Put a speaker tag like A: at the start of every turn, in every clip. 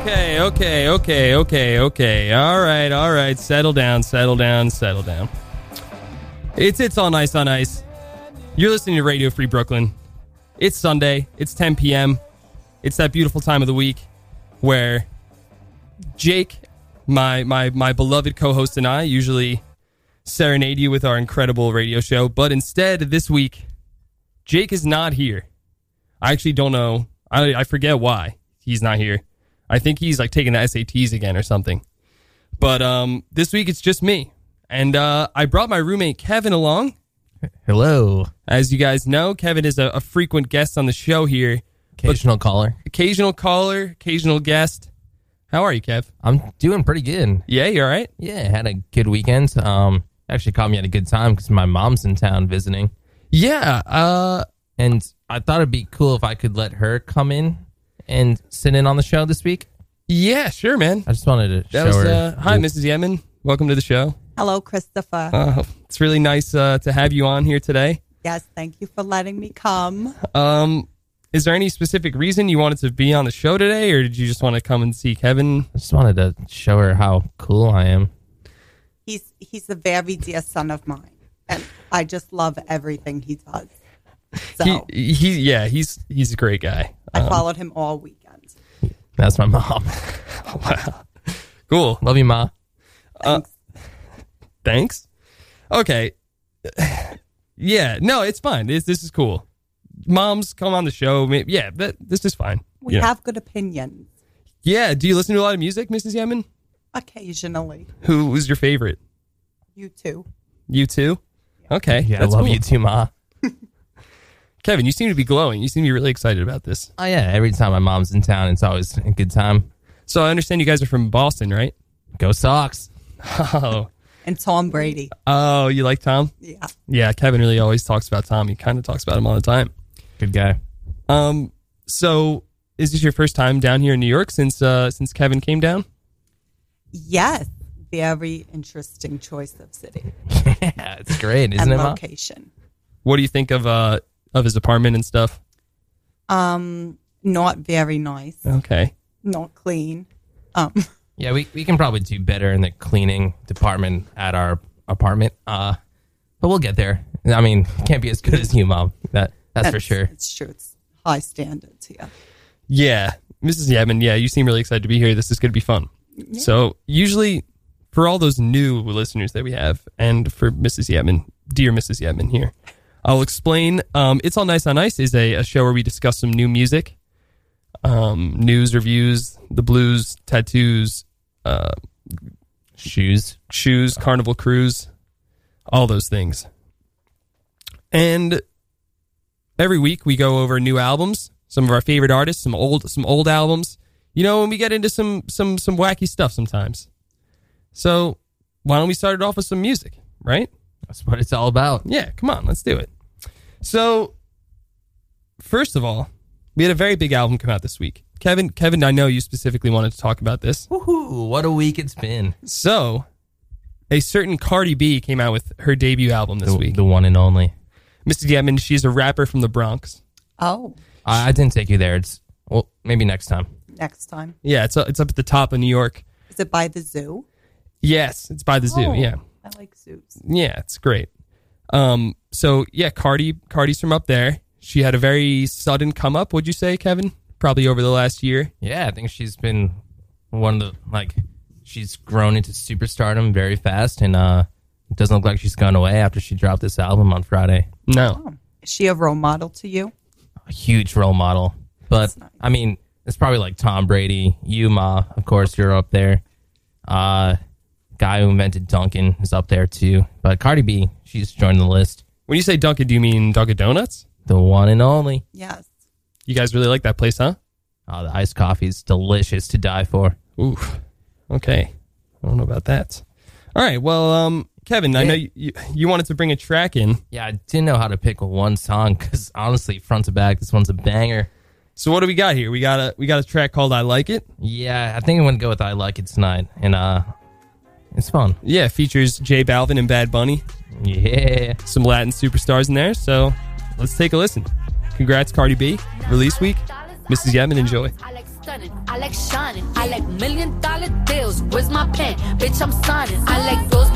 A: Okay, okay, okay, okay, okay. All right, all right. Settle down, settle down, settle down. It's it's all nice on ice. You're listening to Radio Free Brooklyn. It's Sunday. It's 10 p.m. It's that beautiful time of the week where Jake, my my my beloved co-host, and I usually serenade you with our incredible radio show. But instead, this week, Jake is not here. I actually don't know. I, I forget why he's not here. I think he's like taking the SATs again or something. But um, this week it's just me, and uh, I brought my roommate Kevin along.
B: Hello,
A: As you guys know, Kevin is a, a frequent guest on the show here.
B: occasional caller.
A: Occasional caller, occasional guest. How are you, Kev?
B: I'm doing pretty good.
A: Yeah, you all right?
B: Yeah, had a good weekend. Um, actually caught me at a good time because my mom's in town visiting,
A: Yeah. Uh,
B: and I thought it'd be cool if I could let her come in and sit in on the show this week.
A: yeah, sure, man.
B: I just wanted to
A: That
B: show
A: was,
B: her.
A: uh, hi, Mrs. Yemen. Welcome to the show.
C: Hello, Christopher.
A: Uh, it's really nice uh, to have you on here today.
C: yes, thank you for letting me come.
A: Um, is there any specific reason you wanted to be on the show today, or did you just want to come and see Kevin?
B: I just wanted to show her how cool I am.
C: He's he's a very dear son of mine, and I just love everything he does. So
A: He, he, yeah, he's he's a great guy.
B: um,
A: Um,
C: I followed him all weekend.
B: That's my mom.
A: Cool. Uh,
B: Love you, ma.
A: Thanks. Okay. yeah. No, it's fine. This this is cool. Moms come on the show. May- Yeah, that, this is fine.
C: We
A: You know.
C: have good opinions
A: Yeah. Do you listen to a lot of music, Mrs. Yemen?
C: occasionally.
A: Who was your favorite?
C: You too.
A: You too. Okay.
B: Yeah,
A: that's
B: I love
A: cool.
B: you too, ma.
A: Kevin. You seem to be glowing. You seem to be really excited about this.
B: Oh yeah, every time my mom's in town, it's always a good time.
A: So I understand you guys are from Boston, right?
B: Go Sox.
A: Oh.
C: And Tom Brady.
A: Oh, you like Tom?
C: Yeah.
A: Yeah. Kevin really always talks about Tom. He kind of talks about him all the time.
B: Good guy.
A: Um. So is this your first time down here in New York since uh since Kevin came down?
C: Yes. Very interesting choice of city
B: Yeah, it's great, isn't
C: and
B: it, ma?
C: location.
A: What do you think of uh of his apartment and stuff?
C: Um, not very nice.
A: Okay.
C: Not clean. Um,
B: Yeah, we, we can probably do better in the cleaning department at our apartment. Uh, but we'll get there. I mean, can't be as good as you, mom. That that's for sure.
C: It's true. It's high standards here.
A: Yeah. Mrs. Yemen, yeah, you seem really excited to be here. This is going to be fun. So, usually for all those new listeners that we have and for Mrs. Yemen, dear Mrs. Yemen here, I'll explain. Um, it's All Nice on Ice is a, a show where we discuss some new music, um, news, reviews, the blues, tattoos, uh,
B: Shoes.
A: shoes, carnival cruise, all those things. And every week we go over new albums, some of our favorite artists, some old some old albums. You know, and we get into some some some wacky stuff sometimes. So why don't we start it off with some music, right?
B: That's what it's all about.
A: Yeah, come on, let's do it. So, first of all, we had a very big album come out this week. Kevin, Kevin, I know you specifically wanted to talk about this.
B: Woohoo! What a week it's been.
A: So, a certain Cardi B came out with her debut album this
B: The,
A: week.
B: the one and only.
A: Mrs. Yemen, she's a rapper from the Bronx.
C: Oh,
B: I, I didn't take you there. It's well, maybe next time.
C: next time.
A: Yeah, it's it's up at the top of New York.
C: Is it by the zoo?
A: Yes, it's by the zoo.
C: Oh,
A: Yeah,
C: I like zoos.
A: yeah, it's great. Um, so yeah, Cardi, Cardi's from up there. She had a very sudden come up. Would you say, Kevin? Probably over the last year.
B: Yeah, I think she's been one of the like she's grown into superstardom very fast, and uh, it doesn't look like she's gone away after she dropped this album on Friday.
A: No,
C: Is she a role model to you?
B: a huge role model. But
C: nice.
B: I mean, it's probably like Tom Brady, you ma, of course you're up there. Uh guy who invented Duncan is up there too. But Cardi B, she's joined the list.
A: when you say Dunkin', do you mean Dunkin' Donuts?
B: The one and only.
C: Yes.
A: You guys really like that place, huh?
B: Oh, the iced coffee is delicious to die for.
A: Ooh, okay. I don't know about that. All right. Well, um, Kevin, I know you, you, you wanted to bring a track in.
B: Yeah, I didn't know how to pick one song because honestly, front to back, this one's a banger.
A: So what do we got here? We got a we got a track called "I Like It."
B: Yeah, I think I'm gonna go with "I Like It Tonight," and uh, it's fun.
A: Yeah, features J Balvin and Bad Bunny,
B: Yeah,
A: some Latin superstars in there. So let's take a listen. Congrats, Cardi B, release week. Mrs. Yemen, enjoy.
D: I like stunning, I like shining, I like million dollar deals. Where's my pen? Bitch, I'm signing. I like those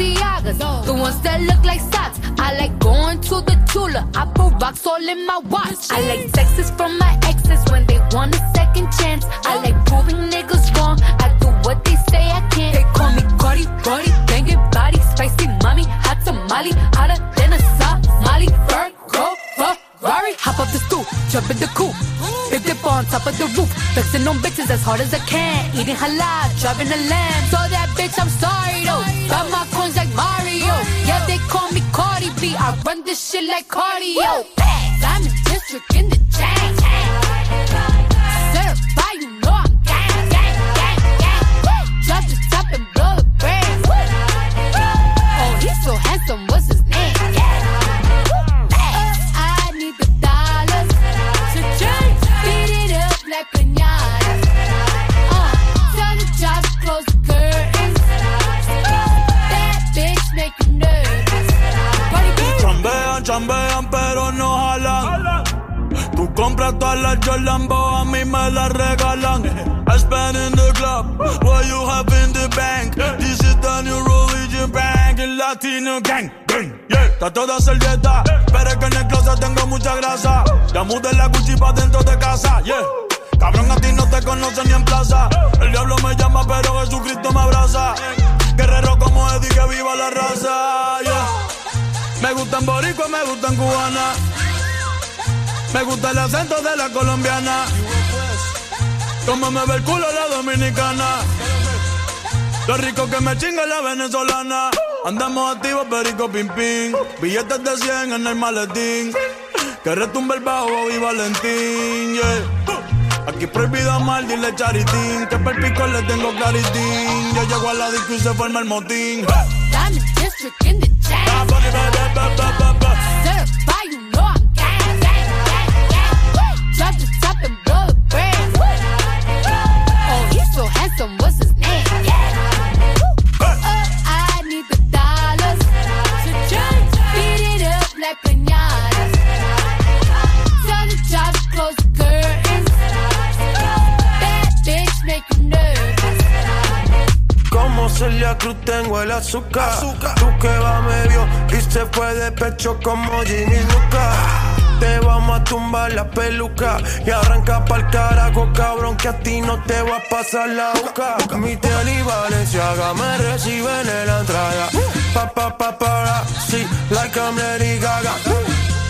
D: Balenciagas, the ones that look like socks. I like going to the Tula, I put rocks all in my watch. I like texts from my exes when they want a second chance. I like proving niggas wrong, I do what they say I can't. They call me Cardi, Cardi, banging body, spicy mommy, hot tamale, hotter than a Somali, fur, go, fuck. Rory, hop up the stoop, jump in the coop. Big dip on top of the roof, flexing on bitches as hard as I can. Eating halal, driving a lamb. So that bitch, I'm sorry though. Got my coins like Mario. Yeah, they call me Cardi B. I run this shit like cardio. Diamond district in the chain. Serve by you know I'm gang, gang, gang, gang. Drop the top and blow the brains. Oh, he's so handsome. What's his name? I need the dollars to change. Beat it up like pinatas. Uh, tell the job to close the curtains. That bitch make you nervous. Party girl.
E: Chambean, chambean, pero no jalan. Tú compras todas las Jolambo, a mí me las regalan. I spend in the club, what you have in the bank. This is the new religion bank, el latino gang. gang, yeah. Está toda servieta, pero es que en el closet tengo mucha grasa. Ya mudé la Gucci pa' dentro de casa, yeah. Cabrón, a ti no te conocen ni en plaza. El diablo me llama, pero Jesucristo me abraza. Guerrero como Eddie, que viva la raza. yeah. Me gustan boricua, me gustan cubana. Me gusta el acento de la colombiana. Como me ve el culo la dominicana. Lo rico que me chinga la venezolana. Andamos activos, perico pim pim. Billetes de 100 en el maletín. Que retumbe el bajo y Valentín. yeah. Aquí prohibido mal, dile charitín. Que per pico le tengo claritín. Yo llego a la disco y se forma el motín.
D: Diamond district in the chain.
E: Ba, ba, ba, ba, ba, ba, ba.
D: Serve by you know I'm gang, gang, gang, gang. Drop the top and blow the brains. Oh, he's so handsome. What's his name? I need the dollars to change. Beat it up like pinatas. Tell the job to close the curtains. That bitch make you nervous.
F: Como Celia Cruz tengo el azúcar. Tú que va medio y se fue de pecho como Ginny Luca. Te vamos a tumbar la peluca y arranca pa'l carajo, cabrón, que a ti no te va a pasar la boca. Mi tele y Valenciaga me reciben en la entrada. Pa, pa, pa, para, sí, like I'm Lady Gaga.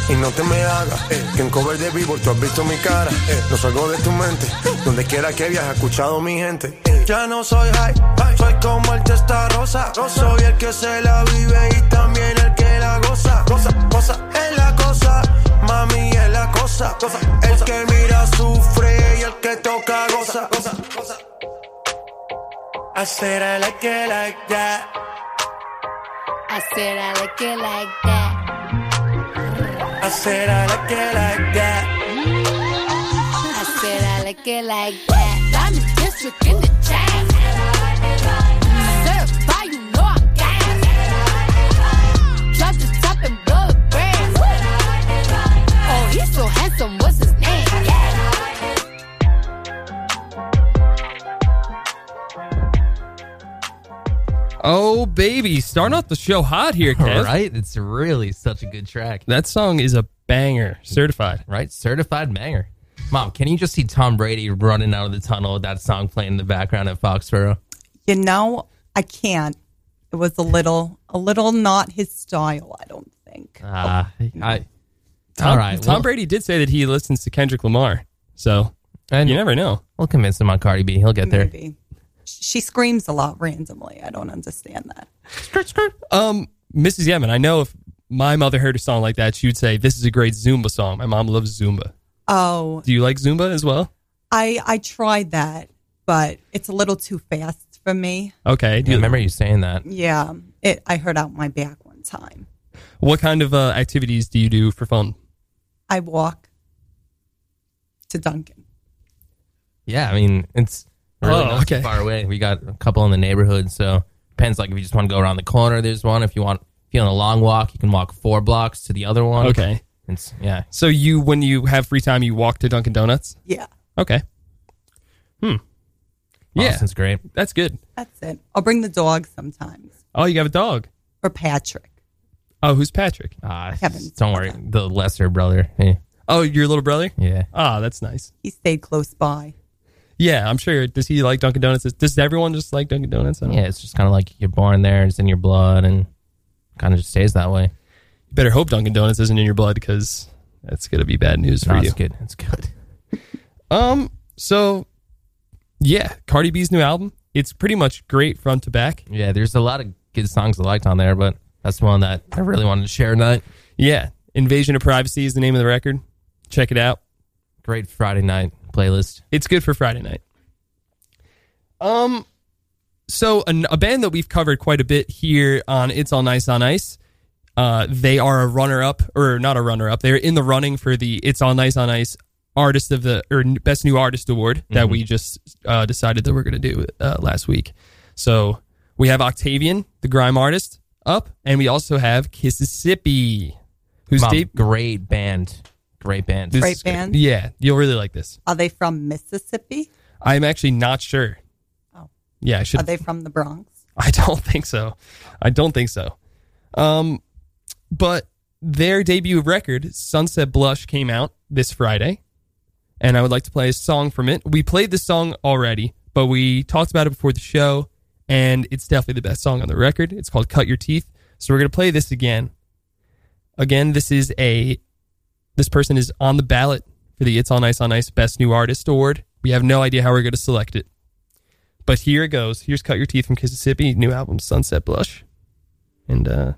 F: Y no te me hagas eh, que en cover de vivo tú has visto mi cara. eh, no salgo de tu mente. Donde quiera que viajes, escuchado mi gente. eh. Ya no soy high, soy como el testa rosa. Soy el que se la vive y también el que la goza. Cosa, cosa, es la cosa. Mami, es la cosa. cosa el que mira sufre y el que toca goza. Ah, goza, goza. I said I like it like that.
D: I said I like it like that.
F: I said I like it like that.
D: I said I like it like that. Diamond district in the chain. Serve by you know I'm gang. Drop the top and blow the brains. Oh, he's so handsome. What's his name?
A: Oh baby, starting off the show hot here, Kev.
B: all right. It's really such a good track,
A: That song is a banger, certified.
B: right? Certified banger. Mom, can you just see Tom Brady running out of the tunnel with that song playing in the background at Foxborough?
C: You know, I can't. It was a little, a little not his style. I don't think.
B: Ah, I.
A: Tom,
B: all right,
A: Tom
B: well-
A: Brady did say that he listens to Kendrick Lamar, so
B: And
A: you never know.
B: we'll convince him on Cardi B. He'll get there.
C: Maybe she screams a lot randomly. I don't understand that.
A: Um, Mrs. Yemen, I know if my mother heard a song like that, she would say, "This is a great Zumba song." My mom loves Zumba.
C: Oh,
A: Do you like Zumba as well?
C: I I tried that, but it's a little too fast for me.
A: Okay. Do
B: Yeah, I
A: you
B: remember you saying that.
C: Yeah, it, I hurt out my back one time.
A: What kind of uh, activities do you do for fun?
C: I walk to Duncan.
B: Yeah, I mean it's really
A: Oh,
B: not
A: okay.
B: too far away. We got a couple in the neighborhood, so depends. Like if you just want to go around the corner, there's one. If you want feeling a long walk, you can walk four blocks to the other one.
A: Okay.
B: It's yeah.
A: So you, when you have free time, you walk to Dunkin' Donuts.
C: Yeah,
A: Okay. Hmm. Yeah,
B: Boston's great.
A: that's good.
C: that's it. I'll bring the dog sometimes
A: Oh, you have a dog.
C: or Patrick.
A: Oh, who's Patrick?
B: Uh,
C: Kevin.
B: Don't worry, the lesser brother. eh, Yeah.
A: Oh, your little brother.
B: yeah.
A: Ah, that's nice.
C: He stayed close by.
A: Yeah, I'm sure. Does he like Dunkin' Donuts? Does everyone just like Dunkin' Donuts? I don't-
B: Yeah, it's just kind of like you're born there, it's in your blood, and kind of just stays that way.
A: You better hope Dunkin' Donuts isn't in your blood because that's gonna be bad news for you.
B: No, it's good. It's good.
A: Um. So, yeah, Cardi B's new album. It's pretty much great front to back.
B: Yeah, there's a lot of good songs I liked on there, but that's one that I really wanted to share tonight.
A: Yeah, Invasion of Privacy is the name of the record. Check it out.
B: Great Friday night playlist.
A: It's good for Friday night. Um, so an, a band that we've covered quite a bit here on It's All Nice on Ice. Uh, they are a runner-up, or not a runner-up. They're in the running for the It's All Nice on Ice Artist of the or Best New Artist Award that
B: Mm-hmm.
A: we just uh, decided that we're going to do uh, last week. So we have Octavian, the grime artist, up, and we also have Kississippi, who's
B: Mom,
A: de-
B: great band. Great band.
A: this
C: Great
A: is good.
C: band.
A: Yeah, you'll really like this.
C: Are they from Mississippi?
A: I'm actually not sure.
C: Oh.
A: Yeah, I should.
C: Are they from the Bronx?
A: I don't think so. I don't think so. Um, but their debut record, Sunset Blush, came out this Friday, and I would like to play a song from it. We played this song already, but we talked about it before the show, and it's definitely the best song on the record. It's called "Cut Your Teeth," so we're gonna play this again. Again, this is a this person is on the ballot for the It's on Ice on Ice Best New Artist Award. We have no idea how we're gonna select it. But here it goes. Here's Cut Your Teeth from Mississippi, new album Sunset Blush. And uh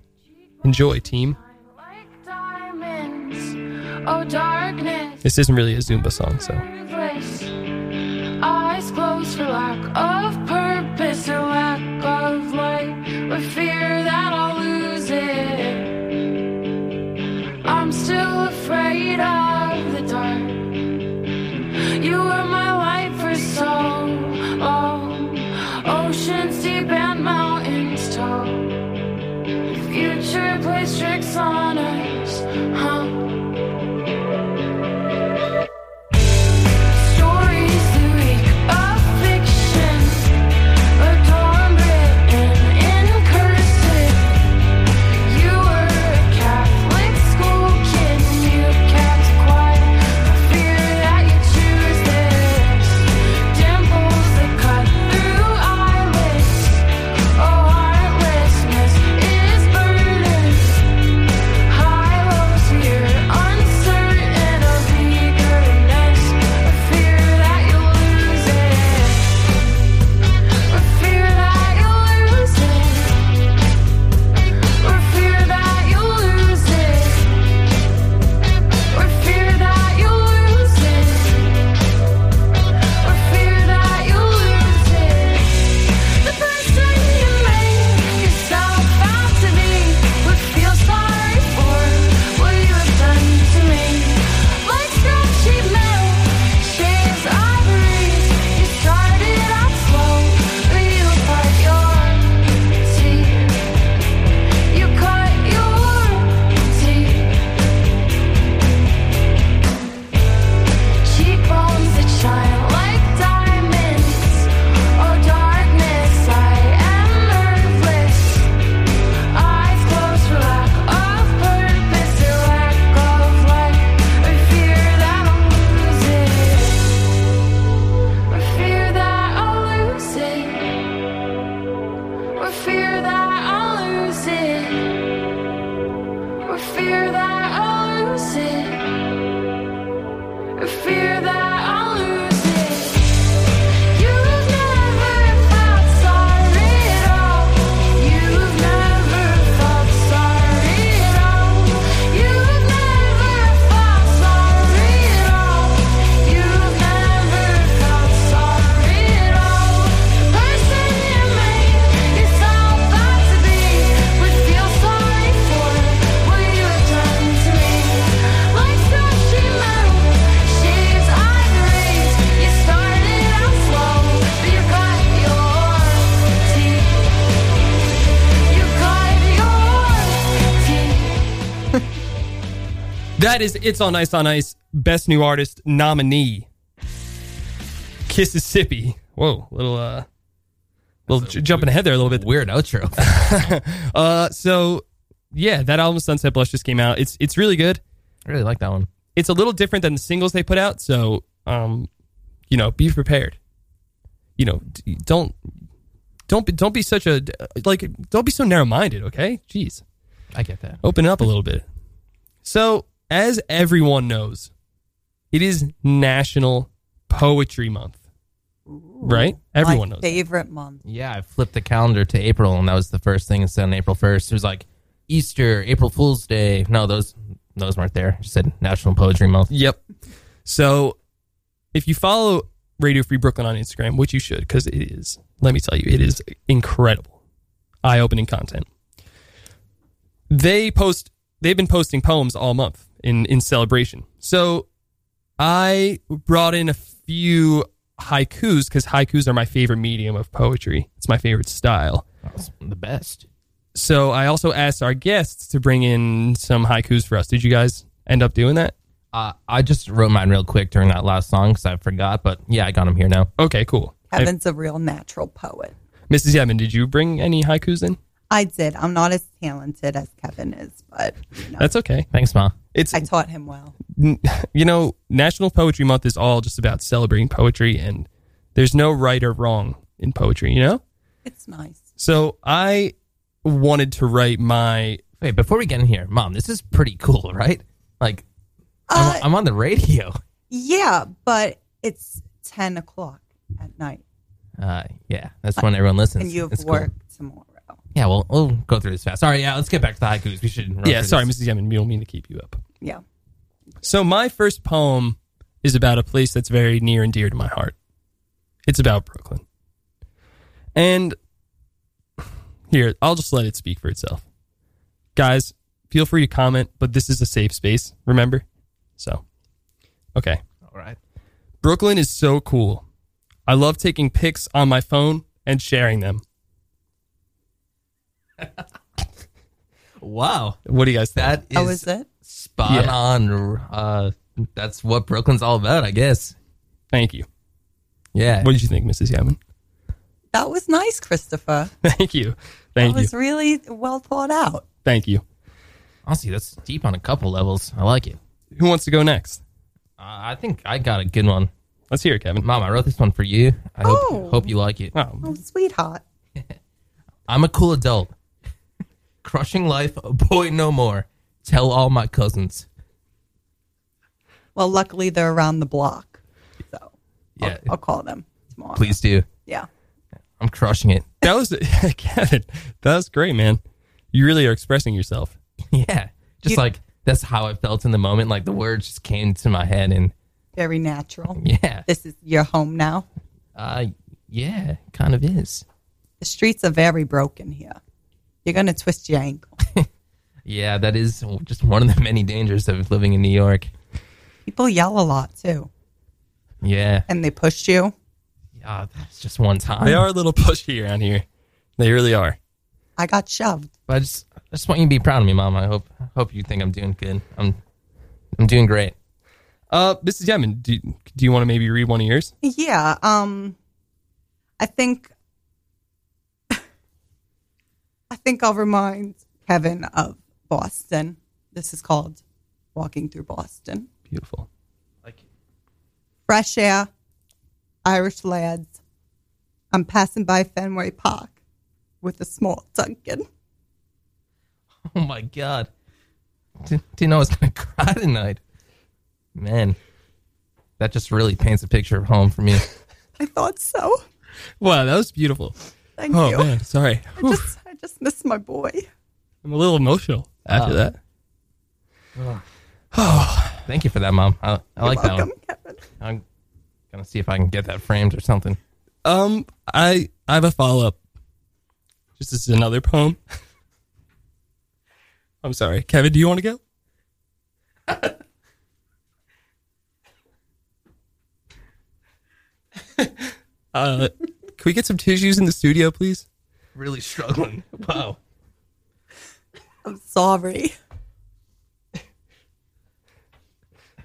A: enjoy, team.
G: Like diamonds, oh darkness,
A: This isn't really a Zumba song, so
G: ruthless. Eyes closed for lack of purpose or lack of light, with fear that I'll lose it. I'm still afraid of the dark. You were my light for so long, oceans deep and mountains tall. The future plays tricks on us, huh? Stories the week of fiction Oh,
A: That is It's on Ice on Ice Best New Artist nominee. Kississippi. Whoa, little uh little j- jumping ahead there a little bit.
B: Weird outro.
A: Uh so yeah, that album Sunset Blush just came out. It's it's really good.
B: I really like that one.
A: It's a little different than the singles they put out, so um you know, be prepared. You know, d- don't don't be, don't be such a like don't be so narrow-minded, okay? Jeez
B: I get that.
A: open up a little bit. So, as everyone knows, it is National Poetry Month, right? Everyone
C: My
A: knows. that.
C: favorite month.
B: Yeah, I flipped the calendar to April, and that was the first thing instead of April first. It was like Easter, April Fool's Day. No, those those weren't there. It said National Poetry Month.
A: Yep. So, if you follow Radio Free Brooklyn on Instagram, which you should, because it is, let me tell you, it is incredible, eye opening content. They post, they've been posting poems all month in, in celebration. So, I brought in a few haikus because haikus are my favorite medium of poetry. It's my favorite style.
B: That was the best.
A: So I also asked our guests to bring in some haikus for us. Did you guys end up doing that?
B: Uh, I just wrote mine real quick during that last song because I forgot, but yeah, I got them here now.
A: Okay, cool. I-
C: Kevin's a real natural poet.
A: Mrs. Yemen, did you bring any haikus in?
C: I did. I'm not as talented as Kevin is, but you know,
A: That's okay.
B: Thanks, Ma.
A: It's
C: I taught him well.
A: you know, National Poetry Month is all just about celebrating poetry and there's no right or wrong in poetry, you know?
C: It's nice.
A: So I wanted to write my
B: Wait, before we get in here, Mom, this is pretty cool, right? Like,
C: Uh,
B: I'm, I'm on the radio.
C: yeah, but it's 10 o'clock at night,
B: Uh, yeah, that's when everyone listens.
C: and you have
B: It's cool.
C: work tomorrow.
B: Yeah, well, we'll go through this fast. All right, yeah, let's get back to the haikus. We should. Run
A: Yeah,
B: through
A: sorry,
B: this.
A: Mrs. Yemen, we don't mean to keep you up.
C: Yeah.
A: So my first poem is about a place that's very near and dear to my heart. It's about Brooklyn. And here, I'll just let it speak for itself. Guys, feel free to comment, but this is a safe space, remember? So, okay.
B: All right.
A: Brooklyn is so cool. I love taking pics on my phone and sharing them.
B: Wow,
A: What do you guys think?
B: that is
C: How Oh, is it?
B: spot
A: Yeah.
B: on. Uh, that's what Brooklyn's all about, I guess.
A: Thank you.
B: Yeah.
A: What did you think, Mrs. Yemen?
C: That was nice, Christopher.
A: Thank you.
C: That
A: Thank you.
C: was really well thought out.
A: Thank you.
B: Honestly, that's deep on a couple levels. I like it.
A: Who wants to go next?
B: Uh, I think I got a good one.
A: Let's hear it, Kevin.
B: Mom, I wrote this one for you. I hope,
C: Oh.
B: hope you like it.
A: Oh,
C: Oh, sweetheart.
B: I'm a cool adult. Crushing life, a boy no more. Tell all my cousins.
C: Well, luckily they're around the block, so
B: Yeah,
C: I'll call them tomorrow.
B: please do.
C: Yeah.
B: I'm crushing it.
A: That was Kevin. That was great, man. You really are expressing yourself.
B: Yeah. Just
C: You-
B: like that's how I felt in the moment. Like the words just came to my head and
C: Very natural.
B: yeah.
C: This is your home now.
B: Uh yeah, kind of is.
C: The streets are very broken here. You're going to twist your ankle.
B: Yeah, that is just one of the many dangers of living in New York.
C: People yell a lot too,
B: Yeah.
C: and they push you.
B: Uh, that's just one time.
A: They are a little pushy around here. They really are.
C: I got shoved.
B: But I just I just want you to be proud of me, Mom. I hope I hope you think I'm doing good. I'm I'm doing great.
A: Uh, Mrs. Yemen, do, do you want to maybe read one of yours?
C: Yeah. Um, I think I think I'll remind Kevin of Boston. This is called Walking Through Boston.
A: Beautiful.
C: fresh air, Irish lads. I'm passing by Fenway Park with a small Duncan.
B: Oh my god. Didn't, didn't know I was gonna cry tonight. Man. That just really paints a picture of home for me.
C: I thought so.
A: Wow, that was beautiful.
C: Thank
A: oh
C: you.
A: man, sorry.
C: I
A: Whew,
C: just, I just miss my boy.
A: I'm a little emotional after
B: Uh,
A: that.
B: Thank you for that, Mom. I, I like that
C: Welcome,
B: one.
C: Kevin.
B: I'm gonna see if I can get that framed or something.
A: Um, I I have a follow up. Just this is another poem. I'm sorry, Kevin. Do you want to go? uh, can we get some tissues in the studio, please?
B: Really struggling. Wow.
C: I'm sorry.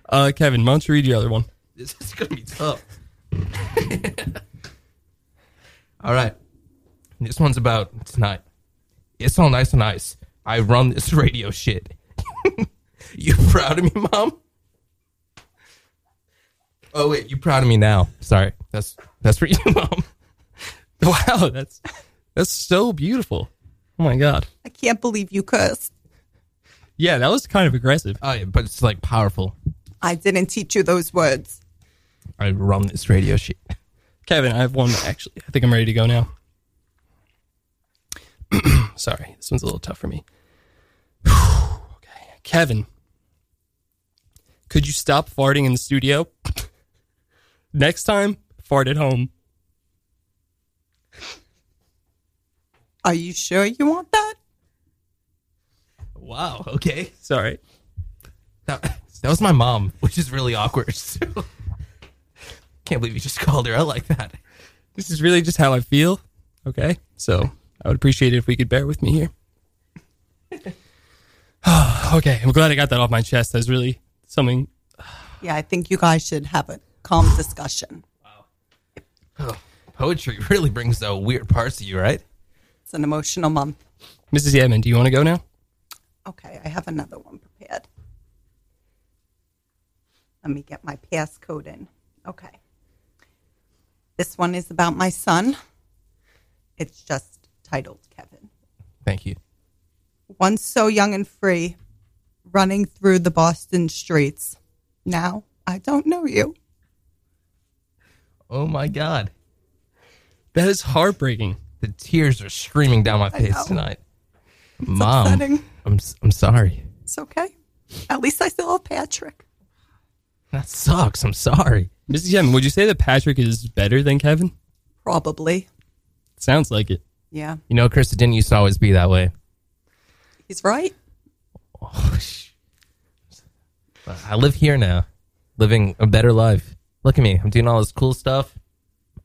A: Uh, Kevin, why don't you read your other one?
B: This is gonna be tough. All right. This one's about tonight. It's all nice and ice. I run this radio shit. you proud of me, mom? Oh wait, you proud of me now? Sorry, that's that's for you, mom.
A: Wow, that's that's so beautiful. Oh my god.
C: I can't believe you cursed.
A: Yeah, that was kind of aggressive.
B: Oh yeah, but it's like powerful.
C: I didn't teach you those words.
B: I run this radio shit.
A: Kevin, I have one actually. I think I'm ready to go now. Sorry, this one's a little tough for me. okay, Kevin, could you stop farting in the studio? Next time, fart at home.
C: Are you sure you want that?
B: Wow. Okay.
A: Sorry.
B: That, that was my mom, which is really awkward. So. Can't believe you just called her out like that.
A: This is really just how I feel. Okay, so I would appreciate it if we could bear with me here. okay, I'm glad I got that off my chest. That's really something.
C: Yeah, I think you guys should have a calm discussion.
B: Poetry really brings out weird parts of you, right?
C: It's an emotional month.
A: Mrs. Yedman, do you want to go now?
C: Okay, I have another one prepared. Let me get my passcode in. Okay. This one is about my son. It's just titled Kevin.
B: Thank you.
C: Once so young and free, running through the Boston streets. Now I don't know you.
B: Oh my god,
A: That is heartbreaking.
B: the tears are streaming down my face
C: know.
B: tonight. mom,
C: upsetting.
B: I'm s- I'm sorry.
C: It's okay. At least I still have Patrick.
B: That sucks. I'm sorry.
A: Mrs. Yedman, would you say that Patrick is better than Kevin?
C: Probably.
A: Sounds like it.
C: Yeah,
B: You know, Krista didn't used to always be that way.
C: he's right.
B: But I live here now, living a better life. Look at me. I'm doing all this cool stuff.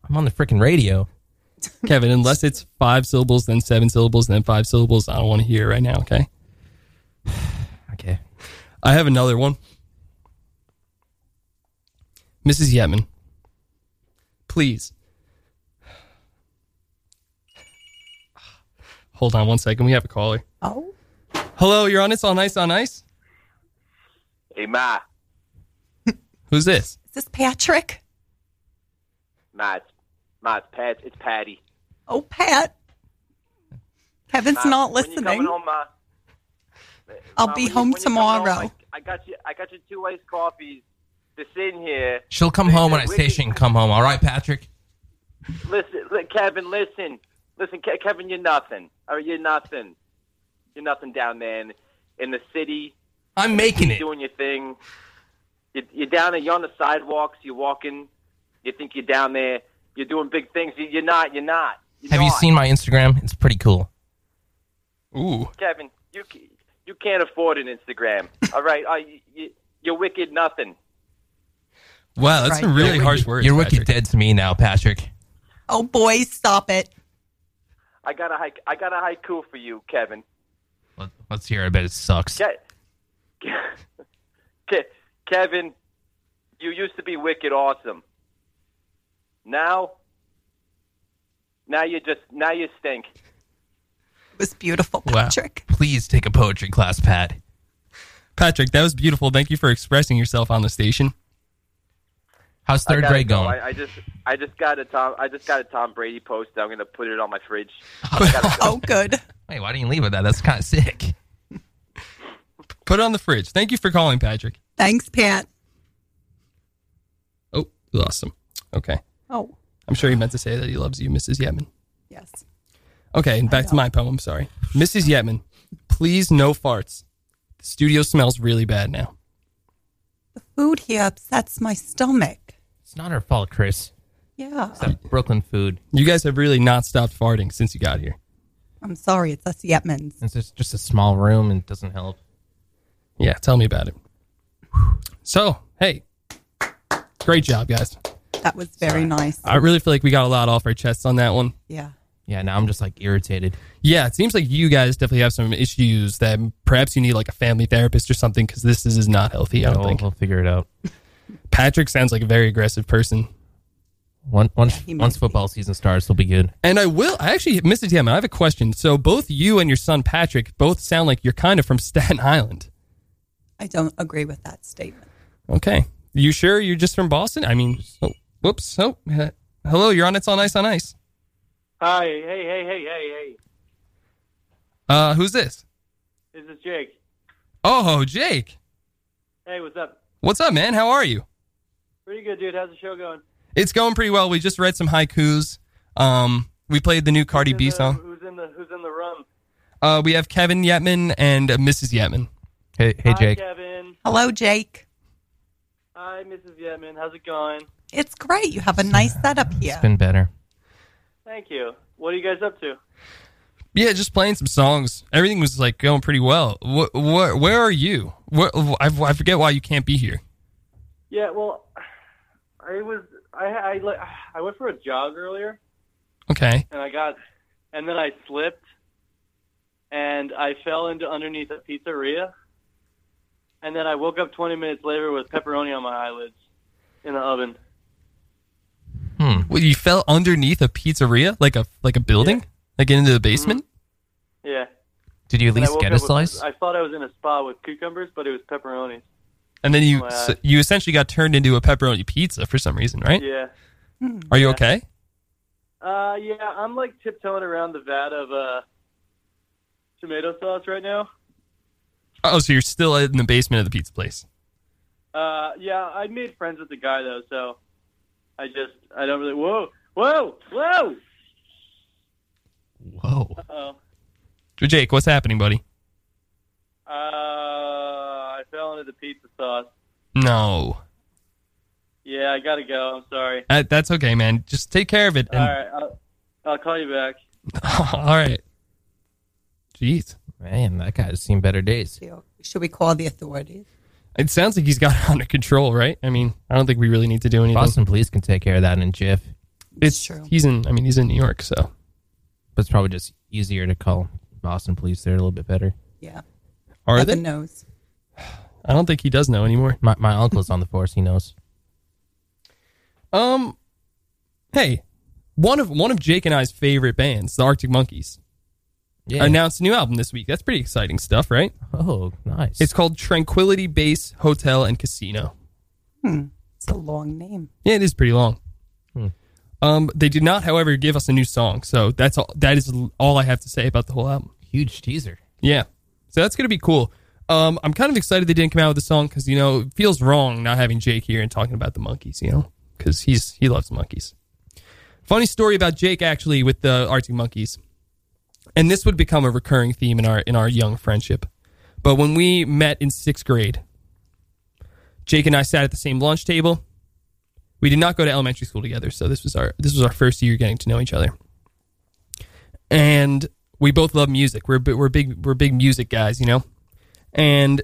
B: I'm on the freaking radio.
A: Kevin, unless it's five syllables, then seven syllables, then five syllables, I don't want to hear it right now, okay?
B: Okay.
A: I have another one. Mrs. Yetman, please. Hold on one second. We have a caller.
C: Oh,
A: Hello, you're on It's on Ice on Ice.
H: Hey, Ma.
A: Who's this?
C: is this Patrick?
H: Ma, it's, Ma, it's, Pat, it's Patty.
C: Oh, Pat. Kevin's
H: Ma,
C: not
H: when you
C: listening.
H: coming home, Ma?
C: I'll
H: Ma,
C: be
H: when you-
C: home
H: when you coming home?
C: tomorrow.
H: I, I got you. I got you two iced coffees to sit in here.
B: She'll come home when I say she can come home. All right, Patrick.
H: Listen, li- Kevin. Listen, listen, Ke- Kevin. You're nothing. Or you're nothing. You're nothing down there in, in the city.
B: I'm making it.
H: doing your thing. You're, you're down there. You're on the sidewalks. You're walking. You think you're down there. You're doing big things. You- You're not. You're not. You're
B: Have you
H: not.
B: seen my Instagram? It's pretty cool.
A: Ooh.
H: Kevin, you c- you can't afford an Instagram. All right, uh, you, you, you're wicked nothing.
A: Wow, that's some
C: Right.
A: really harsh words.
B: You're
A: Patrick.
B: wicked dead to me now, Patrick.
C: Oh, boy, stop it.
H: I got a haiku, I got a haiku for you, Kevin.
B: Let- Let's hear it. I bet it sucks.
H: Ke- Ke- Kevin, you used to be wicked awesome. Now, now you just now you stink.
C: It was beautiful,
B: Wow.
C: Patrick.
B: Please take a poetry class, Pat.
A: Patrick, that was beautiful. Thank you for expressing yourself on the station.
B: How's
H: I
B: third
H: gotta
B: grade
H: go.
B: going?
H: I, I just I just got a Tom I just got a Tom Brady post. I'm gonna put it on my fridge. I gotta go.
C: Oh, good.
B: Wait, why didn't you leave with that? That's kind of sick.
A: Put it on the fridge. Thank you for calling, Patrick.
C: Thanks, Pat.
A: Oh, we lost him. Okay.
C: Oh,
A: I'm sure he meant to say that he loves you, Mrs. Yetman.
C: yes.
A: Okay, and back to my poem. Sorry. Mrs. Yetman, please no farts. The studio smells really bad now.
C: Food here upsets my stomach.
B: It's not her fault, Chris.
C: Yeah.
B: That Brooklyn food.
A: You guys have really not stopped farting since you got here.
C: I'm sorry. It's us Yetmans.
B: It's just, just a small room and it doesn't help.
A: Yeah, tell me about it. So, hey, great job, guys.
C: That was very nice.
A: I really feel like we got a lot off our chests on that one.
C: Yeah.
B: Yeah, now I'm just like irritated.
A: Yeah, it seems like you guys definitely have some issues that perhaps you need like a family therapist or something because this is, is not healthy. I
B: Yeah,
A: don't
B: we'll,
A: think
B: we'll figure it out.
A: Patrick sounds like a very aggressive person.
B: One, once
C: he might
B: once
C: be.
B: football season starts, we'll be good.
A: And I will. I actually missed it, him. I have a question. So both you and your son Patrick both sound like you're kind of from Staten Island.
C: I don't agree with that statement.
A: Okay, you sure you're just from Boston? I mean, oh, whoops. Oh, uh, hello. You're on. It's on ice on ice.
I: Hi, hey, hey, hey, hey,
A: Uh, who's this?
I: hey. This is Jake.
A: Oh, Jake.
I: Hey, what's up?
A: What's up, man? How are you?
I: Pretty good, dude. How's the show going?
A: It's going pretty well. We just read some haikus. Um, we played the new Cardi B
I: Who's in the-
A: song.
I: Who's in the Who's in the room?
A: Uh, we have Kevin Yetman and uh, Mrs. Yetman.
B: Hey, hey,
I: Hi,
B: Jake.
I: Kevin.
C: Hello, Jake.
I: Hi, Mrs. Yetman. How's it going?
C: It's great. You have a nice setup here.
B: It's been better.
I: Thank you. What are you guys up to?
A: Yeah, just playing some songs. Everything was like going pretty well. Wh- wh- where are you? Wh- I, I forget why you can't be here.
I: Yeah, well, I was I I like, I went for a jog earlier,
A: Okay.
I: and I got and then I slipped, and I fell into underneath a pizzeria, and then I woke up 20 minutes later with pepperoni on my eyelids in the oven.
B: Hmm.
A: Well, you fell underneath a pizzeria, like a like a building, like into the basement.
I: Yeah.
B: Mm-hmm. Did you at
I: And I
B: least
I: woke
B: get
I: up
B: a
I: with-
B: slice?
I: I thought I was in a spa with cucumbers, but it was pepperonis.
A: And then you
I: Wow.
A: s you essentially got turned into a pepperoni pizza for some reason, right?
I: Yeah.
A: Are you okay?
I: Uh, yeah, I'm like tiptoeing around the vat of uh, tomato sauce right now.
A: Oh, so you're still in the basement of the pizza place.
I: Uh, yeah, I made friends with the guy though, so I just I don't really. Whoa, whoa, whoa!
B: Whoa.
I: Oh,
A: Jake, what's happening, buddy?
I: uh, I fell into the pizza sauce.
A: No,
I: Yeah, I gotta go. I'm sorry.
A: that, Uh, that's okay, man. Just take care of it.
I: All
A: And,
I: right, I'll, I'll call you back.
A: all right. Jeez.
B: Man, that guy's seen better days.
C: Should we call the authorities?
A: It sounds like he's got it under control, right? I mean, I don't think we really need to do anything.
B: Boston police can take care of that in Jiff,
A: It's
C: True.
A: He's in. I mean, he's in New York, so
B: but it's probably just easier to call Boston police. They're a little bit better.
C: Yeah.
A: are
C: Heaven
A: they?
C: knows.
A: I don't think he does know anymore.
B: My my uncle's on the force. He knows.
A: Um, hey, one of one of Jake and I's favorite bands, the Arctic Monkeys,
B: Yeah.
A: announced a new album this week. That's pretty exciting stuff, right?
B: oh, nice.
A: It's called Tranquility Base Hotel and Casino.
C: Hmm. It's a long name.
A: Yeah, it is pretty long.
B: Hmm.
A: Um, they did not, however, give us a new song, so that's all. That is all I have to say about the whole album.
B: huge teaser.
A: Yeah. So that's going to be cool. Um, I'm kind of excited they didn't come out with the song because, you know, it feels wrong not having Jake here and talking about the monkeys, you know, because he's he loves monkeys. Funny story about Jake actually with the Arctic Monkeys. And this would become a recurring theme in our in our young friendship. But when we met in sixth grade, Jake and I sat at the same lunch table. We did not go to elementary school together, so this was our this was our first year getting to know each other and we both love music. We're bi- we're big we're big music guys, you know. And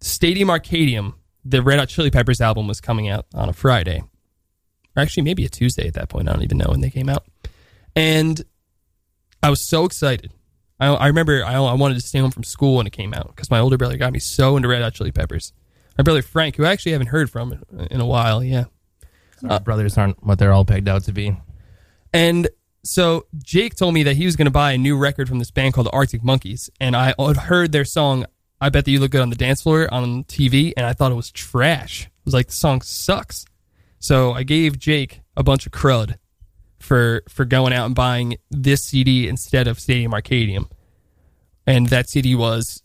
A: Stadium Arcadium, the Red Hot Chili Peppers album was coming out on a Friday, or actually maybe a Tuesday at that point. I don't even know when they came out. And I was so excited. I, I remember I, I wanted to stay home from school when it came out because my older brother got me so into Red Hot Chili Peppers. My brother Frank, who I actually haven't heard from in, in a while, yeah.
B: Our brothers aren't what they're all pegged out to be.
A: And so Jake told me that he was going to buy a new record from this band called the Arctic Monkeys, and I had heard their song "I Bet That You Look Good on the Dance Floor" on TV, and I thought it was trash. I was like, the song sucks. So I gave Jake a bunch of crud for for going out and buying this CD instead of Stadium Arcadium, and that CD was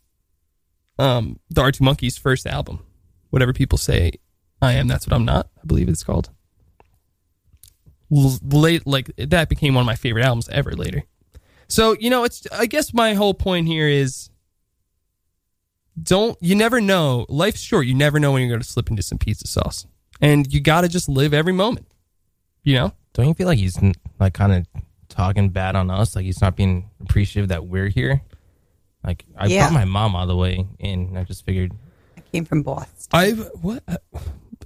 A: um, the Arctic Monkeys' first album. Whatever people say, I am. That's what I'm not. I believe it's called l- late like that became one of my favorite albums ever later. So, you know, it's I guess my whole point here is don't you never know. Life's short. You never know when you're going to slip into some pizza sauce. And you got to just live every moment. You know?
B: Don't you feel like he's n- like kind of talking bad on us? Like he's not being appreciative that we're here. Like I
C: Yeah.
B: brought my mom all the way in. and I just figured
C: I came from Boston.
A: I what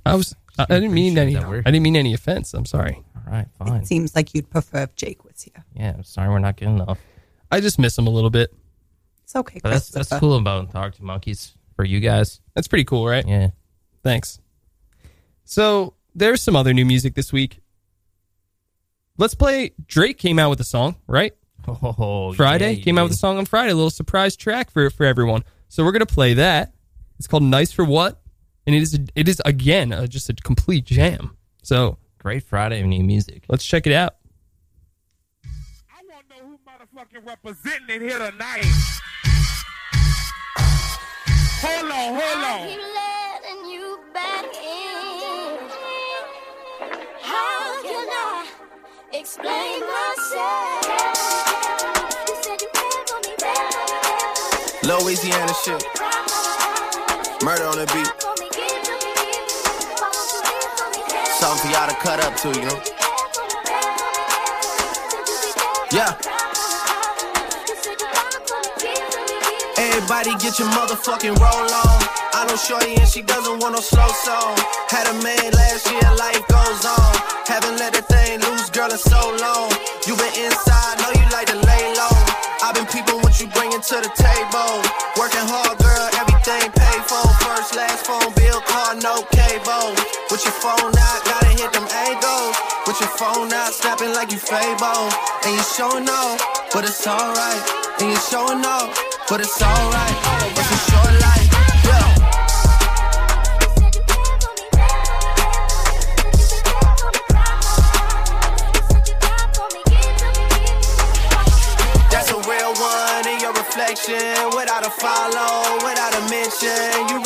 A: I was I, I didn't mean
B: Appreciate
A: any
B: that
A: I
B: word.
A: didn't mean any offense. I'm sorry.
B: right, fine.
C: It seems like you'd prefer if Jake was here.
B: Yeah, I'm sorry we're not good enough.
A: I just miss him a little bit.
C: It's okay,
B: But that's
C: Christopher.
B: that's cool about Talk to Monkeys for you guys.
A: That's pretty cool, right?
B: Yeah.
A: Thanks. So there's some other new music this week. Let's play. Drake came out with a song, right?
B: Oh,
A: Friday came out with a song on Friday, a little surprise track for for everyone. So we're gonna play that. It's called "Nice for What," and it is it is again uh, just a complete jam. So
B: great Friday of new music.
A: let's check it out.
J: I want to know who motherfucking representing it here tonight. Hold on, hold on.
K: letting you back in. How can I explain myself? You said you cared for me, cared for me, cared for me.
L: Louisiana shit, murder on the beat. Something for y'all to cut up to, you know? Yeah. Everybody get your motherfucking roll on. I know Shorty and she doesn't want no slow song. Had a man last year, life goes on. Haven't let that thing loose, girl, in so long. You been inside, know you like to lay low. i been peeping what you bringing to the table. Working hard, girl, everything paid for. First, last phone bill, car, no cable. With your phone out, gotta hit them angles. With your phone out, snapping like you Fable. And you showing off, but it's alright. And you showing off, but it's alright. It's a short life. Yeah. That's a real one in your reflection. Without a follow, without a mention. You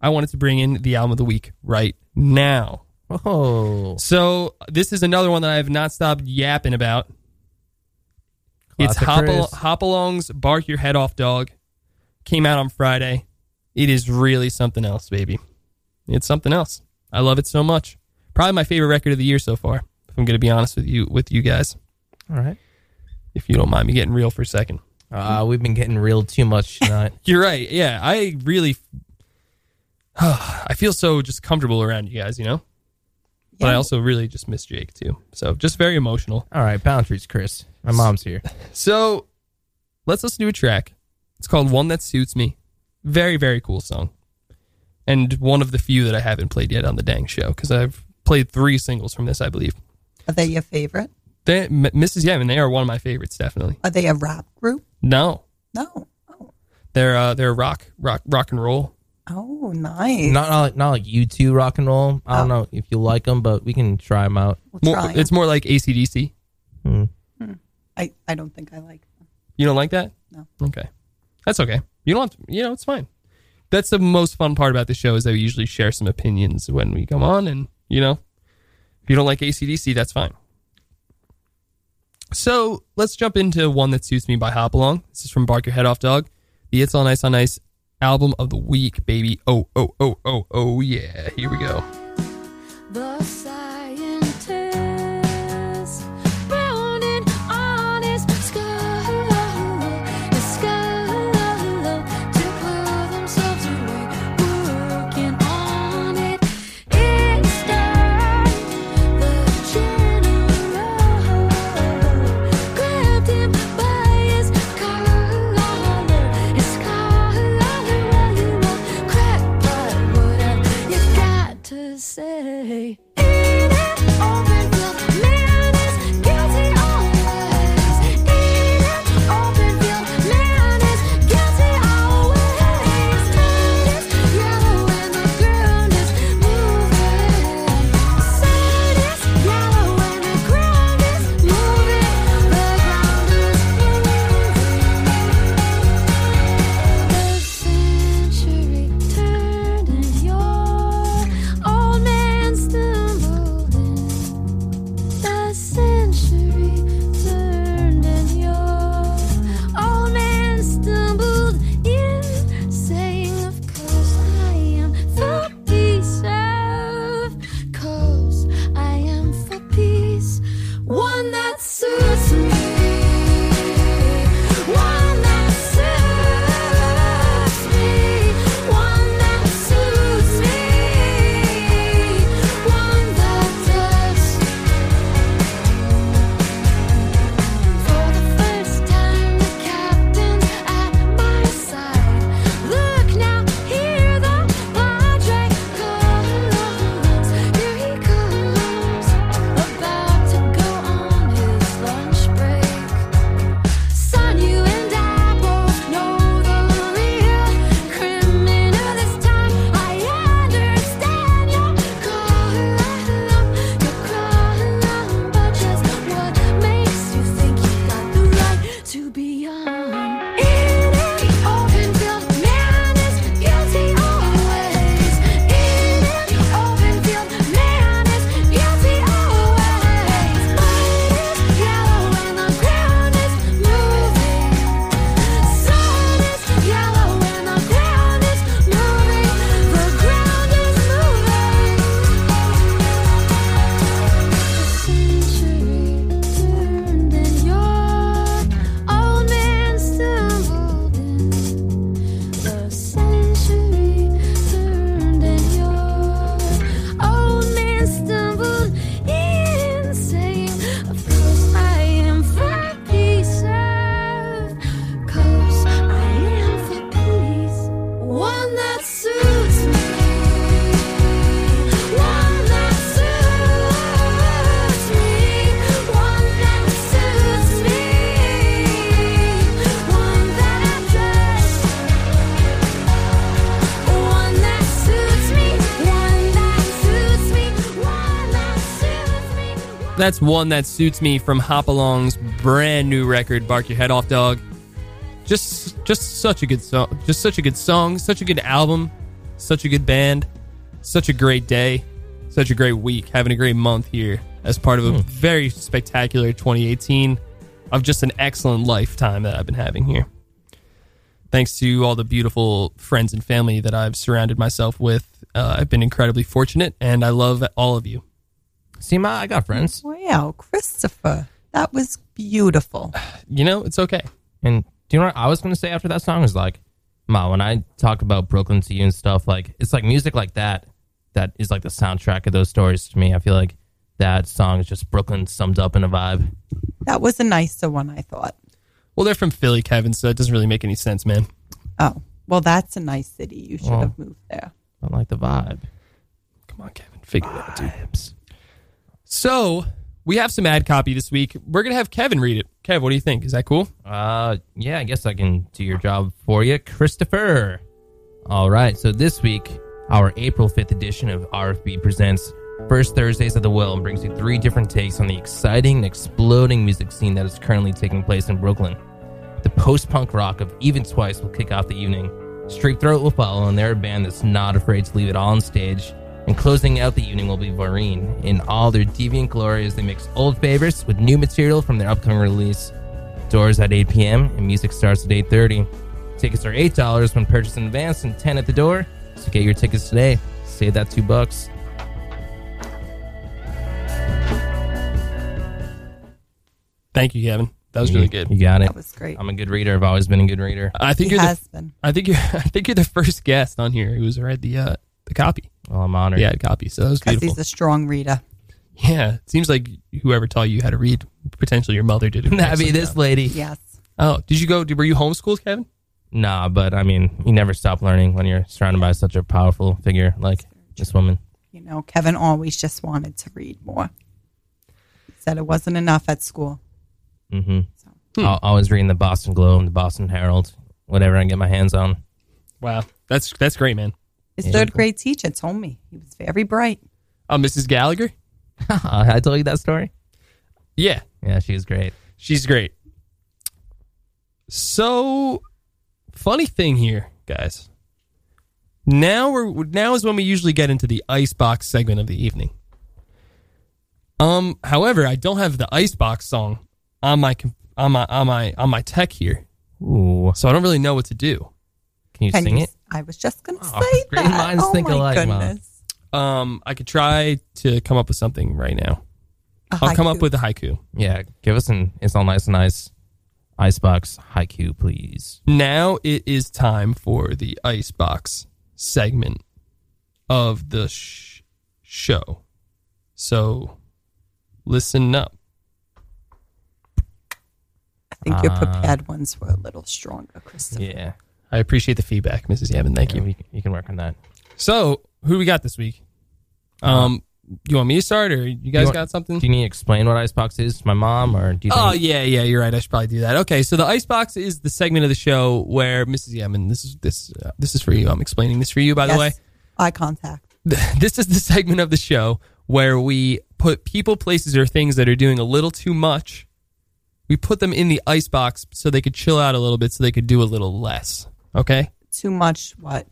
A: I wanted to bring in the album of the week right now.
B: Oh,
A: So this is another one that I have not stopped yapping about. It's
B: Classic
A: Hopal-
B: Chris.
A: Hopalong's Bark Your Head Off Dog. Came out on Friday. It is really something else, baby. It's something else. I love it so much. Probably my favorite record of the year so far, if I'm going to be honest with you with you guys,
B: all right.
A: if you don't mind me getting real for a second.
B: Uh, we've been getting real too much tonight.
A: You're right. Yeah, I really I feel so just comfortable around you guys, you know? But I also really just miss Jake too. So just very emotional. All right, boundaries, Chris.
B: My mom's here.
A: So let's listen to a track. It's called One That Suits Me. Very, very cool song. And one of the few that I haven't played yet on the dang show because I've played three singles from this, I believe.
C: Are they your favorite?
A: They, M- Mrs. Yemen, they are one of my favorites, definitely.
C: Are they a rap group?
A: No,
C: No.
A: they're uh, they're rock, rock, rock and roll.
C: Oh, nice. Oh.
B: Not, not like not like you two rock and roll. I don't know if you like them, but we can try them out. Hmm.
C: We'll try 'em.
A: It's more like ACDC.
C: Hmm. I, I don't think I like.
A: You don't like that?
C: No.
A: Okay. That's okay. You don't have to, you know, it's fine. That's the most fun part about the show is that we usually share some opinions when we come on and, you know, if you don't like ACDC, that's fine. So let's jump into one that suits me by Hop Along. This is from Bark Your Head Off Dog, the It's All Nice on Ice album of the week, baby. Oh, oh, oh, oh, oh, yeah. Here we go.
K: The scientist, brown and honest, scholar, scholar to pull themselves away, working on it. It's time the general grabbed him by his collar, his collar. Well, you a crackpot, what have you got to say? One that suits me. One that suits me. One that suits me. One that does. For the first time, the captain's at my side. Look now, hear the padre comes. Here he comes, about to go on his lunch break. Son, you and I both know the real criminal this time. I understand your crime, your crime, but just what makes you think you got the right to be on? In the open field, man is guilty always. In the open field, man is guilty always. Mine is yellow and the ground is moving. Sun is yellow and the ground is moving. The ground is moving. The century turned and your old man stumbled in. The century turned and your old man stumbled in, saying, "Of course I am for peace. Of course I am for peace. One that suits me. One that suits me. One that suits me. One that I trust. One that suits me. One that suits me. One that suits me.
A: That's one that suits me from Hopalong's brand new record, "Bark Your Head Off, Dog." Just, just such a good song. Just such a good song. Such a good album. Such a good band. Such a great day. Such a great week. Having a great month here as part of a very spectacular 2018 of just an excellent lifetime that I've been having here. Thanks to all the beautiful friends and family that I've surrounded myself with. Uh, I've been incredibly fortunate, and I love all of you. See, Ma, I got friends.
C: Wow, Christopher, that was beautiful.
A: you know, it's okay.
B: And do you know what I was going to say after that song is like, Ma, when I talk about Brooklyn to you and stuff, like it's like music like that that is like the soundtrack of those stories to me. I feel like that song is just Brooklyn summed up in a vibe.
C: That was a nicer one, I thought.
A: Well, they're from Philly, Kevin, so it doesn't really make any sense, man.
C: Oh, well, that's a nice city. You should
A: Well.
C: have moved there.
B: I like the vibe.
A: Come on, Kevin. Figure it out, dude. So we have some ad copy this week. We're gonna have Kevin read it. Kev, what do you think? Is that cool?
B: Uh, yeah, I guess I can do your job for you, Christopher. All right, so this week, our April 5th edition of RFB presents First Thursdays of the Well and brings you three different takes on the exciting and exploding music scene that is currently taking place in Brooklyn. The post punk rock of Even Twice will kick off the evening. Straight Throat will follow, and they're a band that's not afraid to leave it all on stage. And closing out the evening will be Varine in all their deviant glory as they mix old favorites with new material from their upcoming release. Doors at 8 p.m. and music starts at 8:30. Tickets are eight dollars when purchased in advance and ten at the door. So get your tickets today. Save that two bucks.
A: Thank you, Kevin. That was really good.
B: You got it. That
C: was great.
B: I'm a good reader. I've always been a good reader.
A: I think
C: He
A: you're
C: has
A: the,
C: been.
A: I think you I think you're the first guest on here who's read the uh, the copy.
B: Well, I'm honored.
A: The ad copy. So that was
C: Because
A: beautiful.
C: he's a strong reader.
A: yeah, it seems like whoever taught you how to read, potentially your mother did. it.
B: That'd be this lady.
C: Yes.
A: Oh, did you go? Did, were you homeschooled, Kevin?
B: Nah, but I mean, you never stop learning when you're surrounded by such a powerful figure like this woman.
C: You know, Kevin always just wanted to read more. He said it wasn't enough at school.
B: Mm-hmm.
A: Hmm.
B: Al Always reading the Boston Globe, and the Boston Herald, whatever I get my hands on.
A: Wow, that's that's great, man.
C: His
B: Yeah.
C: third grade teacher told me he was very bright.
A: Oh, Mrs. Gallagher.
B: I told you that story.
A: Yeah,
B: Yeah, she's great.
A: She's great. So, funny thing here, guys. Now we're now is when we usually get into the icebox segment of the evening. Um, however, I don't have the icebox song on my com- on my on my on my tech here,
B: Ooh,
A: so I don't really know what to do.
B: can you
C: Can
B: sing
C: you-
B: it?
C: I was just going to
B: Oh,
C: say
B: great
C: that.
B: minds
C: oh
B: think
C: my
B: alike, Mom.
C: goodness.
A: Um, I could try to come up with something right now.
C: A
A: I'll come up
C: haiku.
A: with a haiku.
B: Yeah, give us an it's all nice and nice icebox haiku, please.
A: Now it is time for the icebox segment of the sh- show. So listen up.
C: I think
A: Uh,
C: your
B: Ah.
C: prepared ones were a little stronger, Christopher.
B: Yeah,
A: I appreciate the feedback, Mrs. Yamman. Thank
B: yeah,
A: you.
B: we, you can work on that.
A: So, who we got this week? Um, you want me to start, or you guys
B: want-
A: got something?
B: Do Uh, you need to explain what icebox is to my mom, or do you?
A: Oh
B: think,
A: yeah, yeah, you're right. I should probably do that. Okay, so the icebox is the segment of the show where Mrs. Yemen, this is this uh, this is for you. I'm explaining this for you, by the
C: Yes.
A: way.
C: Eye contact.
A: this is the segment of the show where we put people, places, or things that are doing a little too much. We put them in the icebox so they could chill out a little bit, so they could do a little less. Okay,
C: Too much what?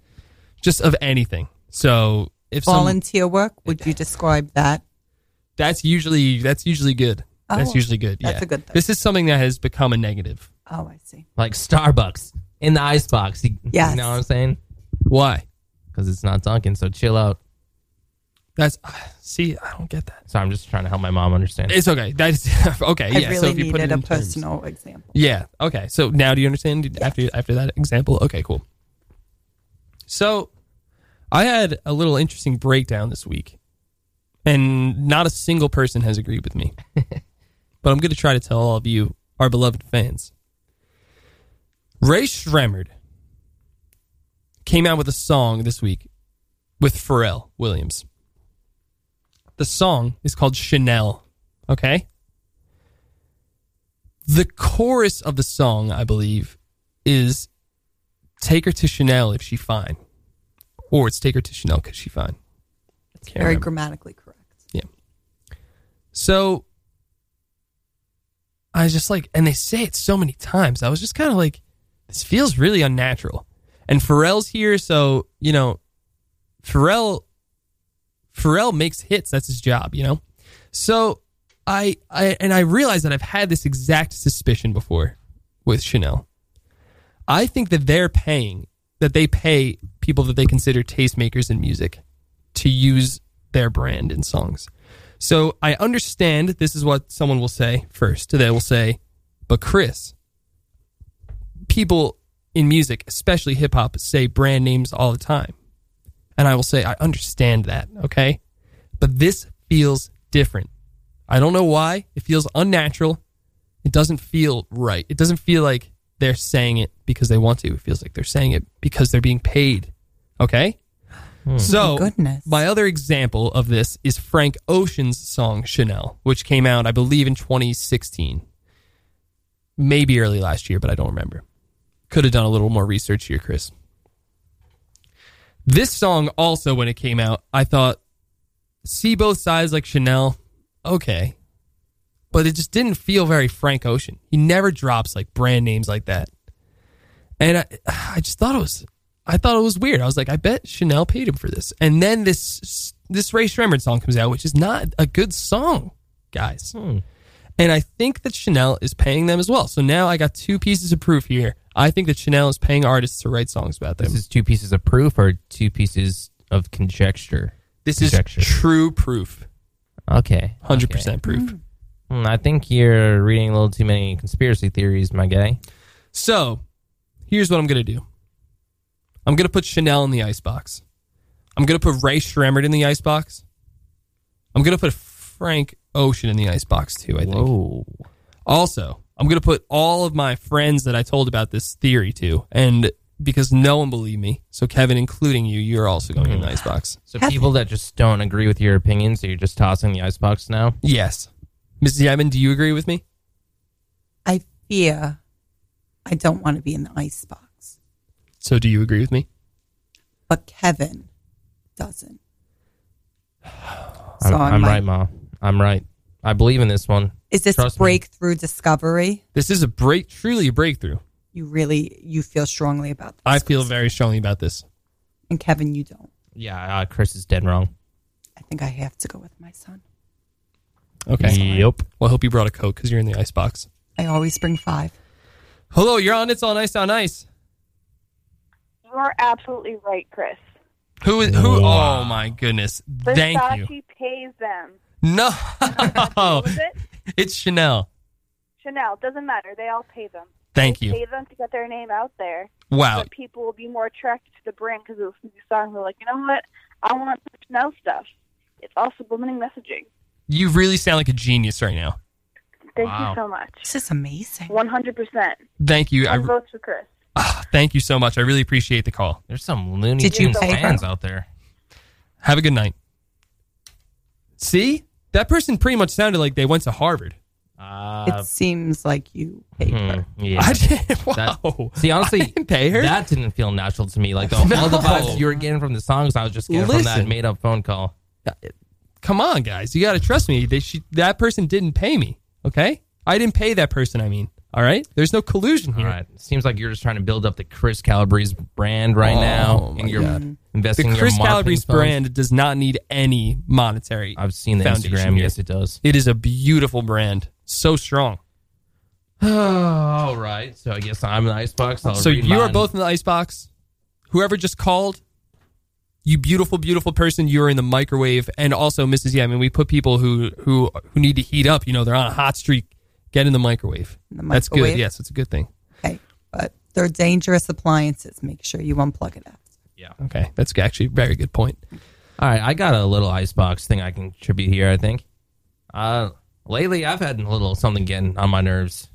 A: just of anything. So if someone
C: Volunteer work? Would you describe that?
A: that's usually that's usually good. that's
C: Oh,
A: usually good.
C: that's
A: yeah.
C: a good thing.
A: This is something that has become a negative.
C: Oh, I see.
B: like Starbucks in the icebox. You,
C: Yes.
B: you know what I'm saying?
A: Why?
B: Because it's not Dunkin', so chill out.
A: That's uh, see, I don't get that.
B: So I'm just trying to help my mom understand.
A: It's okay. That's okay.
C: I
A: yeah.
C: really
A: so if you put
C: needed
A: it
C: a
A: in terms-
C: personal example.
A: Yeah. Okay. So now do you understand after after that example? Okay, cool. So I had a little interesting breakdown this week. And not a single person has agreed with me. but I'm going to try to tell all of you, our beloved fans. Ray Schremmerd came out with a song this week with Pharrell Williams. The song is called Chanel. Okay? the chorus of the song, I believe, is "Take her to Chanel if she fine," or it's "Take her to Chanel because she fine."
C: It's
A: Can't
C: very
A: remember.
C: grammatically correct.
A: So I was just like, and they say it so many times. I was just kind of like, this feels really unnatural. And Pharrell's here, so you know, Pharrell, Pharrell makes hits. That's his job, you know. So I, I, and I realized that I've had this exact suspicion before with Chanel. I think that they're paying that they pay people that they consider tastemakers in music to use their brand in songs. So I understand this is what someone will say first. They will say, but Chris, people in music, especially hip hop, say brand names all the time. and I will say I understand that, okay? But this feels different. I don't know why. It feels unnatural. It doesn't feel right. It doesn't feel like they're saying it because they want to. It feels like they're saying it because they're being paid. Okay? So, my other example of this is Frank Ocean's song Chanel, which came out, I believe, in 2016. Maybe early last year, but I don't remember. Could have done a little more research here, Chris. This song also, when it came out, I thought, see both sides like Chanel, okay. But it just didn't feel very Frank Ocean. He never drops like brand names like that. And I, I just thought it was, I thought it was weird. I was like, I bet Chanel paid him for this. And then this, this Ray Shremmerd song comes out, which is not a good song, guys. And I think that Chanel is paying them as well. So now I got two pieces of proof here. I think that Chanel is paying artists to write songs about them.
B: This is two pieces of proof or two pieces of conjecture.
A: This is
B: Conjecture.
A: true proof.
B: Okay.
A: 100% proof.
B: Hmm, I think you're reading a little too many conspiracy theories, my guy.
A: So, here's what I'm going to do. I'm going to put Chanel in the icebox. I'm going to put Ray Shremmerd in the icebox. I'm going to put Frank Ocean in the icebox too, I think. Also, I'm going to put all of my friends that I told about this theory to and because no one believed me. So Kevin including you, you're also going
B: Mm-hmm.
A: in the icebox.
B: Hmm. So people that just don't agree with your opinion, so you're just tossing the icebox now?
A: Yes. Mrs. Yemen, do you agree with me?
C: I fear I don't want to be in the icebox,
A: So do you agree with me?
C: but Kevin doesn't.
B: I'm,
C: So I'm
B: I'm
C: like-
B: right, Ma. I'm right. I believe in this one.
C: Is this
B: Trust me.
C: breakthrough discovery?
A: This is a break truly a breakthrough.
C: You really you feel strongly about this,
A: I feel very strongly about this.
C: and Kevin, you don't.
B: Yeah, uh, Chris is dead wrong.
C: I think I have to go with my son.
A: Okay.
B: Yep.
A: Well, I hope you brought a coat because you're in the icebox.
C: I always bring five.
A: Hello, you're on. It's on ice on ice.
M: You are absolutely right, Chris.
A: Who is who?
B: Wow.
A: Oh my goodness!
M: Versace
A: Thank you.
M: pays them.
A: No,
M: Is it?
A: it's Chanel.
M: Chanel doesn't matter. They all pay them.
A: Thank
M: They
A: you.
M: Pay them to get their name out there.
A: Wow.
M: But people will be more attracted to the brand because of this new song. They're like, you know what? I want the Chanel stuff. It's all subliminal messaging.
A: You really sound like a genius right now.
M: Thank
A: Wow.
M: you so much.
C: This is amazing.
M: One hundred percent.
A: Thank you. I Ah,
M: One votes for Chris.
A: thank you so much. I really appreciate the call.
B: There's some Looney
A: Did you
B: Tunes
A: pay her?
B: fans out there.
A: Have a good night. See, that person pretty much sounded like they went to Harvard.
B: Uh, hmm,
C: it seems like you hate her.
B: yeah.
A: I didn't. Wow.
B: See, honestly,
A: pay her?
B: that didn't feel natural to me. Like the, all the
A: No.
B: vibes you were getting from the songs, I was just getting from that
A: Listen.
B: made up phone call.
A: Come on, guys. You got to trust me. They, she, that person didn't pay me. Okay, I didn't pay that person. I mean, all right. There's no collusion
B: All
A: here.
B: right. Seems like you're just trying to build up the Chris Calabrese brand right
A: Oh,
B: now,
A: my
B: and you're
A: God.
B: investing
A: the
B: your
A: Chris
B: marketing
A: Calabrese
B: funds.
A: brand does not need any monetary.
B: I've seen the
A: foundation
B: Instagram.
A: here.
B: Yes, it does.
A: It is a beautiful brand, so strong.
B: all right. So I guess I'm in the icebox. I'll
A: so
B: read
A: you are
B: mine.
A: both in the icebox. Whoever just called, you beautiful, beautiful person, you are in the microwave. And also, Mrs. Yeah, I mean, we put people who who who need to heat up. You know, they're on a hot streak. Get in the microwave.
C: the
A: That's good.
C: microwave?
A: Yes, it's a good thing.
C: Okay, but they're dangerous appliances. Make sure you unplug it. After.
A: Okay, that's actually a very good point.
B: All right, I got a little icebox thing I can contribute here. I think. Uh, lately I've had a little something getting on my nerves,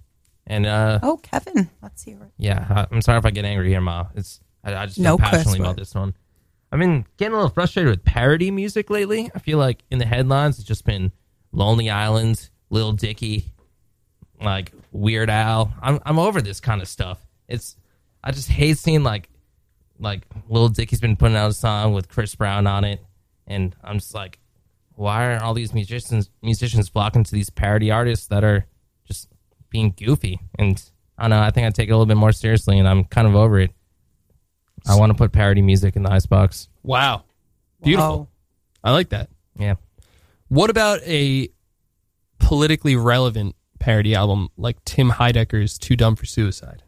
B: and uh,
C: Oh, Kevin, let's hear it.
B: yeah, I, I'm sorry if I get angry here, Ma. It's I, I just feel
C: No curse
B: passionately about
C: word.
B: this one. I've been getting a little frustrated with parody music lately. I feel like in the headlines it's just been Lonely Island, Lil Dicky, like Weird Al. I'm I'm over this kind of stuff. It's I just hate seeing like like Lil Dicky's been putting out a song with Chris Brown on it, and I'm just like, why are all these musicians musicians flocking to these parody artists that are just being goofy? And I don't know. I think I take it a little bit more seriously, and I'm kind of over it. I want to put parody music in the icebox.
A: Wow, beautiful.
C: Wow.
A: I like that.
B: Yeah.
A: What about a politically relevant parody album like Tim Heidecker's "Too Dumb for Suicide"?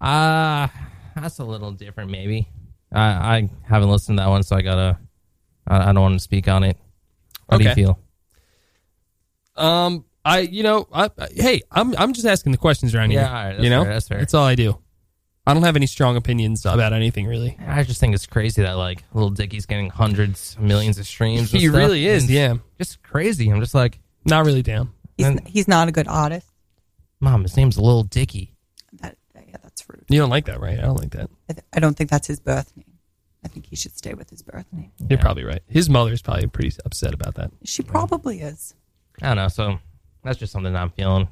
B: Uh that's a little different, maybe. I, I haven't listened to that one, so I gotta. I, I don't want to speak on it. How do you
A: Okay.
B: feel?
A: Um, I you know, I, I- hey, I'm I'm just asking the questions around
B: Yeah,
A: here.
B: all right, that's
A: you know,
B: fair, that's fair.
A: all I do. I don't have any strong opinions about anything really.
B: I just think it's crazy that like Little Dicky's getting hundreds, millions of streams. and
A: He
B: stuff,
A: really is,
B: and
A: yeah.
B: Just crazy. I'm just like
A: not really down.
C: He's, he's not a good artist.
B: Mom, his name's Little Dicky.
A: You don't like that, right? I don't like that.
C: I, th- I don't think that's his birth name. I think he should stay with his birth name.
A: You're probably right. His mother's probably pretty upset about that.
C: She probably is.
B: I don't know. So that's just something I'm feeling.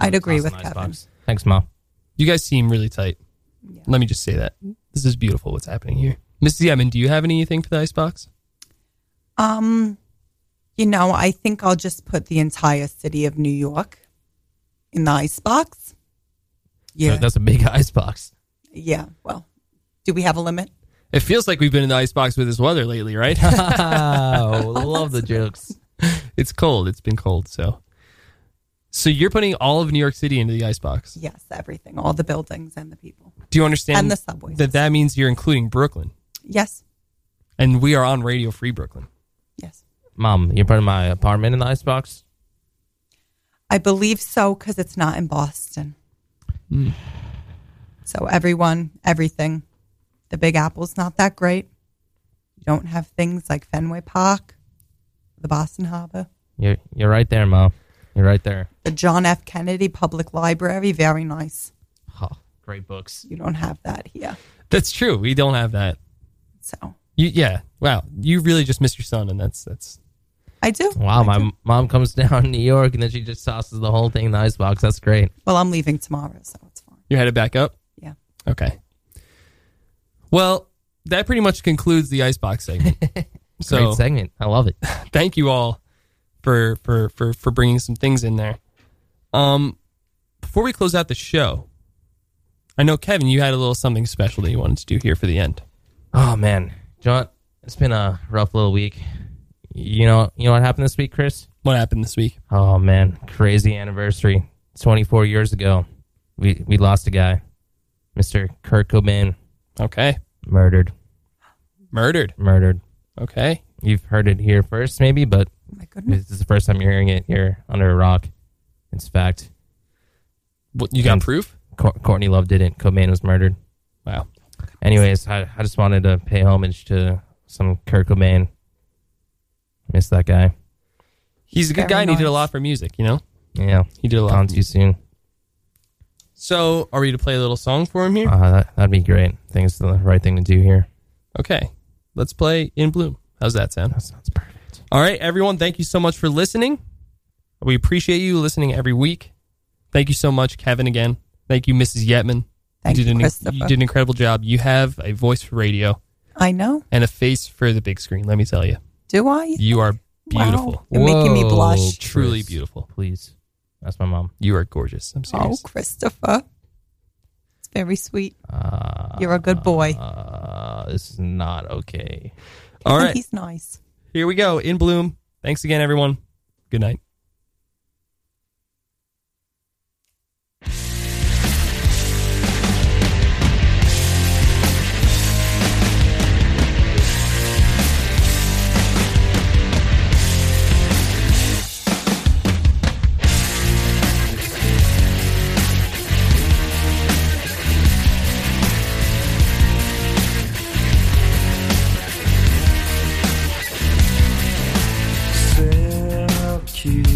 C: I'd agree with
B: Kevin.
A: Thanks, mom. You guys seem really tight. Let me just say that this is beautiful. What's happening here, Mrs. Yemen? Do you have anything for the icebox?
C: Um, you know, I think I'll just put the entire city of New York in the icebox. Yeah.
B: that's a big icebox.
C: Yeah. Well, do we have a limit?
A: It feels like we've been in the icebox with this weather lately, right?
B: oh, love the jokes.
A: It's cold. It's been cold. So, so you're putting all of New York City into the icebox.
C: Yes, everything, all the buildings and the people.
A: Do you understand
C: And the subways.
A: that that means you're including Brooklyn,
C: Yes.
A: and we are on Radio Free Brooklyn.
C: Yes.
B: Mom, you're putting my apartment in the icebox.
C: I believe so because it's not in Boston.
A: Hmm.
C: So everyone, everything. The Big Apple's not that great. You don't have things like Fenway Park, the Boston Harbor,
B: You're you're right there, Mom. You're right there.
C: the John F. Kennedy Public Library. Very nice.
B: Great books.
C: You don't have that here.
A: That's true. We don't have that.
C: So
A: you, yeah. Wow. You really just miss your son, and that's that's
C: I do.
B: Wow, my m- mom comes down to New York and then she just tosses the whole thing in the icebox. That's great.
C: Well, I'm leaving tomorrow, so it's fine.
A: You're headed back up?
C: Yeah.
A: Okay. Well, that pretty much concludes the icebox segment.
B: Great segment. I love it.
A: Thank you all for for for for bringing some things in there. Um before we close out the show, I know Kevin, you had a little something special that you wanted to do here for the end.
B: Oh man, John, it's been a rough little week. You know, you know what happened this week, Chris?
A: What happened this week?
B: Oh man, crazy anniversary. Twenty four years ago, we we lost a guy, Mr. Kurt Cobain.
A: Okay.
B: Murdered.
A: Murdered.
B: Murdered.
A: Okay.
B: You've heard it here first, maybe, but
C: Oh
B: this is the first time you're hearing it here under a rock. It's fact. Um,
A: What, you got proof?
B: Courtney Love didn't. Cobain was murdered.
A: Wow.
B: Anyways, I, I just wanted to pay homage to some Kurt Cobain. Miss that guy.
A: He's a good
B: Very
A: guy and he did a
B: nice.
A: lot for music, you know?
B: Yeah,
A: he did a lot.
B: Gone too soon.
A: So are we to play a little song for him here?
B: Uh, that, that'd be great. I think it's the right thing to do here.
A: Okay. Let's play In Bloom. How's that sound? That sounds perfect. All right, everyone, thank you so much for listening. We appreciate you listening every week. Thank you so much, Kevin, again. Thank you, Mrs. Yetman.
C: Thank
A: did
C: you,
A: an,
C: Christopher.
A: You did an incredible job. You have a voice for radio
C: I know.
A: and a face for the big screen, let me tell you.
C: Do I?
A: You are beautiful.
C: Wow, you're making me blush.
A: Whoa, Truly
B: Chris.
A: beautiful.
B: Please. That's my mom.
A: You are gorgeous. I'm
C: Oh,
A: serious.
C: Christopher. It's very sweet. You're a good boy.
B: Uh, this is not okay.
A: All right.
C: He's nice.
A: Here we go. In Bloom. Thanks again, everyone. Good night.
N: Syracuse.
J: Oh,